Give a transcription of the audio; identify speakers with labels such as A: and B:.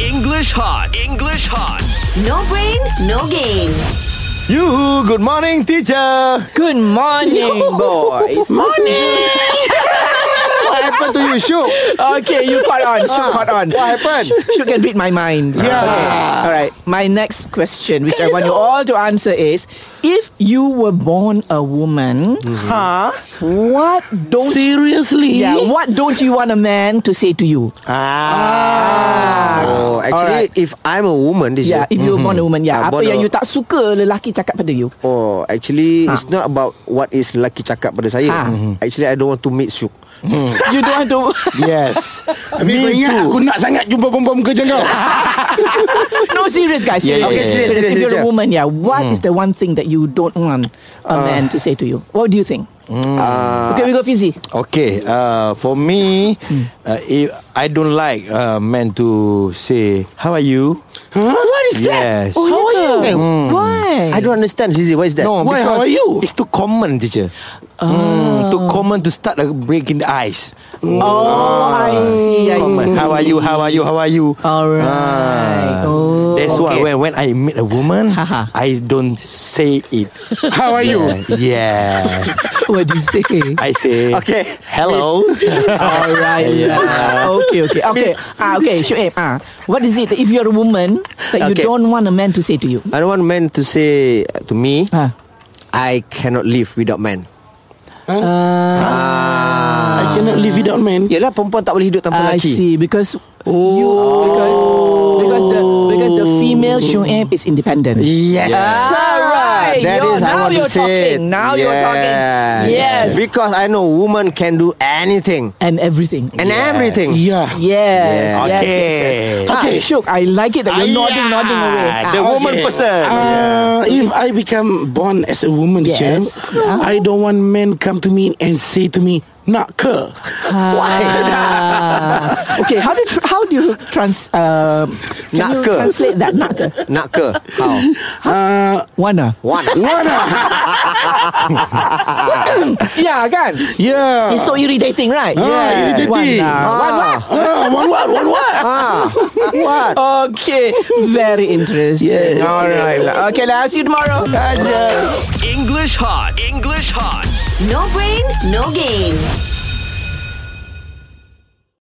A: English hot. English hot.
B: No brain, no game.
C: Yoo-hoo, good morning teacher
D: Good morning, boys.
C: Morning What happened to you, Syuk?
D: Okay, you caught on. Shoot caught on.
C: Ah. What happened?
D: Shoot can read my mind.
C: Yeah.
D: Okay. All right. My next question, which I want you all to answer, is: If you were born a woman,
C: Mm-hmm.
E: Huh?
D: what don't
E: Seriously?
D: yeah, what don't you want a man to say to you?
C: Ah. Oh, actually, if I'm a woman, this
D: Yeah, if
C: year,
D: you were born a woman, yeah,
C: Ah,
D: apa
C: born
D: yang
C: a-
D: you tak suka lelaki cakap pada you?
C: Oh, actually, it's not about what is lelaki cakap pada saya. Mm-hmm.
D: Ah. Mhm.
C: Actually, I don't want to meet Syuk. Mm.
D: You don't want to.
C: Yes.
E: Habis kau ingat aku nak sangat jumpa perempuan muka macam
D: no,
E: kau
D: serious guys.
C: Yeah, Mm. yeah, Okay, yeah. serious, serious,
D: If you're a
C: serious.
D: woman, yeah, what is the one thing that you don't want a
C: Uh.
D: man to say to you? What do you think?
C: Mm.
D: Uh, Okay, we go fizzy.
F: Okay, uh, for me, uh, if I don't like uh, men to say "How are you?"
C: What is
F: Yes.
D: Oh, how are you?
C: Mm.
D: Why?
C: I don't understand, Zizi. What is that?
F: No,
C: Why, how
F: because
C: are you? Oh.
F: It's too common, teacher. Mm, too common to start a break in the ice. Ah,
D: Oh, I
C: Uh.
D: see.
C: Oh,
D: I
F: Common.
D: see.
F: How are you? How are you? How are you? Ah,
D: Alright. Oh.
F: That's why
C: Okay.
F: when, when I meet a woman,
D: Haha.
F: I don't say it.
E: How are you?
F: yeah.
D: What do you say?
F: I say,
C: Okay.
F: hello.
D: Alright. Yeah. Okay. Okay. Okay. Ah. Okay. Shuib. Ah. What is it? If you're a woman, that you
C: Okay.
D: don't want a man to say to you.
C: I don't want men to say uh, to me,
D: Ah.
C: I cannot live without men.
E: I cannot live without man
C: Yelah, perempuan tak boleh hidup tanpa
D: Ah, I
C: lelaki.
D: see. Because you
C: Oh.
D: because because the because the female Shuib is independent.
C: Yes.
D: Alright.
C: That
D: Ah, You're-
C: is, I
D: now
C: want to
D: you're
C: say
D: talking.
C: it.
D: Now you're talking. Yes.
C: Because I know woman can do anything
D: And everything.
C: and everything.
E: Yeah
D: Yes.
C: Yeah.
D: yes,
F: Okay.
D: yes, yes. Okay. Shook. I like it that you're nodding,
F: Ayah,
D: nodding away.
F: The
D: Ah,
F: woman
D: okay.
F: person.
E: Uh, if I become born as a woman,
D: Yes. Uh-huh.
E: Jen, I don't want men come to me and say to me, "Nak ke?"
D: Ah. okay. How do you, how do you trans uh, can
C: Nak
D: you
C: ke?
D: translate that? Nak ke?
C: Nak ke? How?
E: Uh,
D: Wana.
C: One.
E: Wara.
D: Yeah, kan?
E: Yeah.
D: It's so irritating, right? uh,
E: Ah, irritating.
D: Wana. Wana.
E: Ah, one word, one word.
C: Ah, what?
D: Okay. Very interesting.
E: Yeah.
D: All right. lah. Okay. Let's see you tomorrow.
A: English hot. English hot.
B: No brain, no game.